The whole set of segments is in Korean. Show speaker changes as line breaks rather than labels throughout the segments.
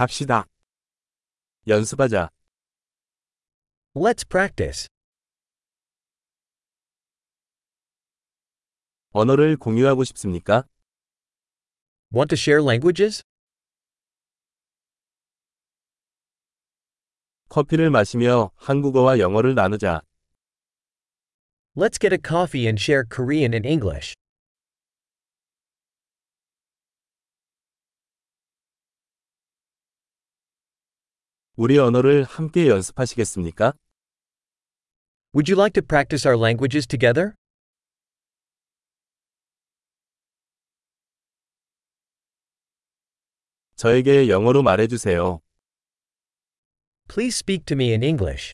갑시다. 연습하자.
Let's practice.
언어를 공유하고 싶습니까?
Want to share languages?
커피를 마시며 한국어와 영어를 나누자.
Let's get a coffee and share Korean and English.
우리 언어를 함께 연습하시겠습니까?
Would you like to practice our languages together?
저에게 영어로 말해주세요.
Please speak to me in English.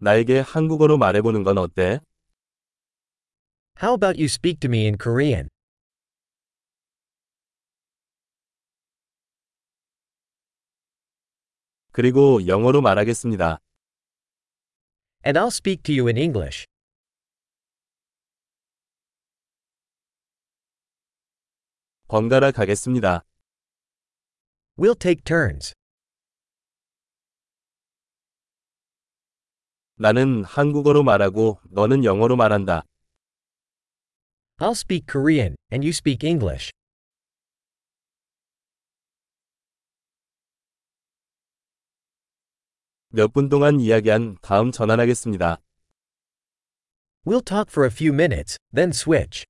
나에게 한국어로 말해보는 건 어때?
How about you speak to me in Korean?
그리고 영어로 말하겠습니다.
And I'll speak to you in English.
번갈아 가겠습니다.
We'll take turns.
나는 한국어로 말하고 너는 영어로 말한다.
I'll speak Korean, and you speak English.
몇 분 동안 이야기한 다음 전환하겠습니다.
We'll talk for a few minutes, then switch.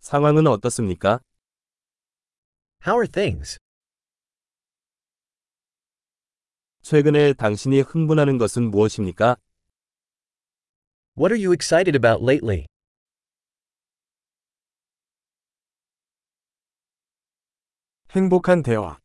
상황은 어떻습니까?
How are things?
최근에 당신이 흥분하는 것은 무엇입니까?
What are you excited about lately?
행복한 대화.